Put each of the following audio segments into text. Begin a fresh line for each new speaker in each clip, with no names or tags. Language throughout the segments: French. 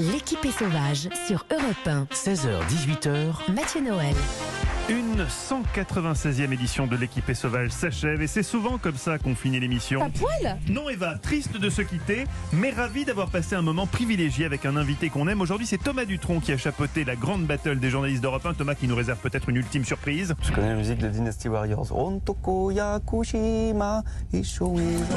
L'équipe est sauvage sur Europe 1.
16h, 18h.
Mathieu Noël.
Une 196e édition de l'équipe est sauvage s'achève et c'est souvent comme ça qu'on finit l'émission.
poil
Non Eva, triste de se quitter, mais ravi d'avoir passé un moment privilégié avec un invité qu'on aime. Aujourd'hui c'est Thomas Dutronc qui a chapeauté la grande battle des journalistes d'Europe 1. Thomas qui nous réserve peut-être une ultime surprise.
Je connais la musique de Dynasty Warriors. Ontoko Yakushima Ishui.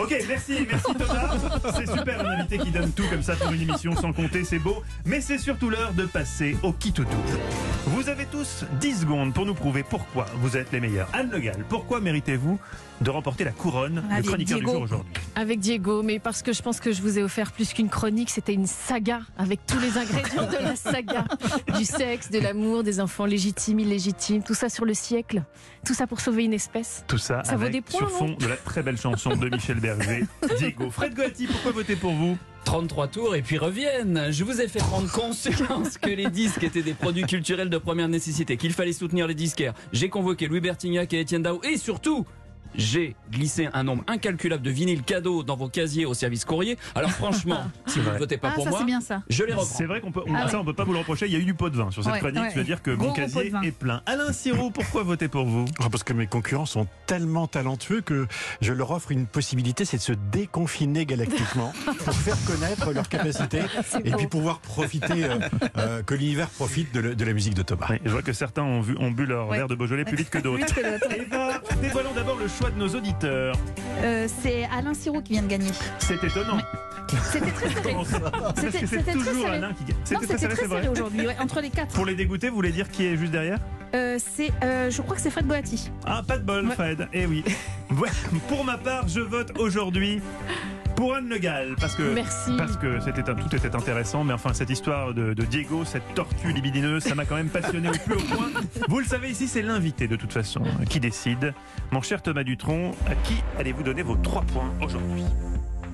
Ok, merci, merci Thomas. C'est super un invité qui donne tout comme ça pour une émission sans compter, c'est beau. Mais c'est surtout l'heure de passer au kitutu. Vous avez tous 10 secondes pour nous prouver pourquoi vous êtes les meilleurs. Anne Le Gall, pourquoi méritez-vous de remporter la couronne
Allez,
de chroniqueur
Diego.
du jour aujourd'hui
Avec Diego, mais parce que je pense que je vous ai offert plus qu'une chronique, c'était une saga avec tous les ingrédients de la saga. Du sexe, de l'amour, des enfants légitimes, illégitimes, tout ça sur le siècle. Tout ça pour sauver une espèce.
Tout ça,
Ça vaut
avec
des points,
sur
non
fond de la très belle chanson de Michel Berger, Diego. Fred Goati, pourquoi voter pour vous
33 tours et puis reviennent. Je vous ai fait prendre conscience que les disques étaient des produits culturels de première nécessité, qu'il fallait soutenir les disquaires. J'ai convoqué Louis Bertignac et Étienne Dao et surtout, j'ai glissé un nombre incalculable de vinyles cadeaux dans vos casiers au service courrier. Alors franchement, si vous ne votez pas
Ah,
pour
ça
moi,
c'est bien ça.
je les reprends.
C'est vrai qu'on peut, on,
Ah ouais.
ça, on peut pas vous le reprocher. Il y a eu du pot de vin sur cette
Ouais,
chronique.
ouais.
Je veux dire que mon
Gros pot de
casier
vin.
est plein. Alain Sirot, pourquoi voter pour vous
Ah, parce que mes concurrents sont tellement talentueux que je leur offre une possibilité, c'est de se déconfiner galactiquement pour faire connaître leurs capacités et puis pouvoir profiter, euh, euh, que l'univers profite de, le- de la musique de Thomas.
Oui, Je vois que certains ont, vu, ont bu leur
Ouais.
verre de Beaujolais plus vite que d'autres.
Plus que l'autre.
Eva, dévoilons d'abord le choix de nos auditeurs.
Euh, c'est Alain Sirou qui vient de gagner.
C'est étonnant.
C'était très serré.
Comment ça Parce
C'était
que c'est
c'était très
toujours
serré.
Alain qui gagne.
Non,
C'était très serré,
c'était
c'est
très serré
vrai.
aujourd'hui, ouais, entre les quatre.
Pour les dégoûter, vous voulez dire qui est juste derrière
Euh, c'est, euh, je crois que c'est Fred Boati.
Ah, pas de bol,
Ouais.
Fred. Eh oui. Ouais, Pour ma part, je vote aujourd'hui pour Anne Le Gall. Parce que.
Merci.
Euh, Parce que c'était un- tout était intéressant, mais enfin cette histoire de, de Diego, cette tortue libidineuse, ça m'a quand même passionné au plus haut point. Vous le savez ici, c'est l'invité de toute façon euh, qui décide. Mon cher Thomas Dutronc, à qui allez-vous donner vos trois points aujourd'hui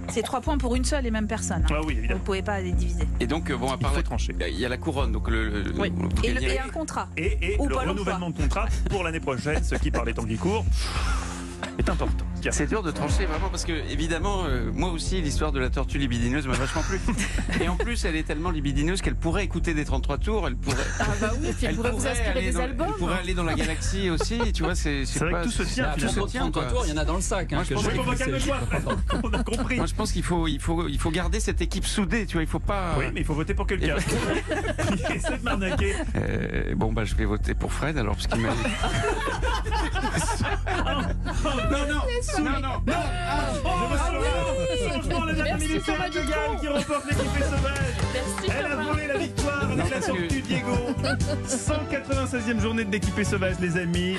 C'est trois points pour une seule et même personne.
Ah oui,
Vous ne
évidemment.
pouvez pas les diviser.
Et donc, euh, bon, à
Il
part
faut
la-
trancher.
il y a la couronne, donc le. le-
Oui.
vous
Et, le-
gagnez-
et un contrat.
Et, et
Ou
le
Pôle emploi.
renouvellement de contrat pour l'année prochaine, ce qui par les temps qui courent est important. Tiens.
C'est dur de trancher vraiment parce que évidemment euh, moi aussi l'histoire de la tortue libidineuse m'a vachement plu. Et en plus elle est tellement libidineuse qu'elle pourrait écouter des 33 tours, elle pourrait,
Ah bah oui, puis
elle
elle pourrait vous inspirer
aller
des
dans, elle
albums.
pourrait aller dans la galaxie aussi, tu vois, c'est
C'est vrai que
pas-
tout se tient,
tout
finalement.
se tient,
33
quoi.
tours, il y en a dans le sac. hein,
Moi, je
que
pense
j'ai
qu'il faut
glissé.
calme-toi, Fred. On a compris.
Moi je pense qu'il faut il faut il faut garder cette équipe soudée, tu vois, il faut pas
Oui, mais il faut voter pour quelqu'un. Il essaie de m'arnaquer.
Euh, bon bah je vais voter pour Fred alors parce qu'il m'a Non non, non non. ah,
Oh, changement, la dernière
Merci,
minute, c'est
Thomas
Anne Le Gall
Dutronc.
qui remporte l'équipe est sauvage.
Merci
Elle a volé la victoire avec la
parce que-
tortue Diego. 196e journée de l'équipée sauvage, les amis.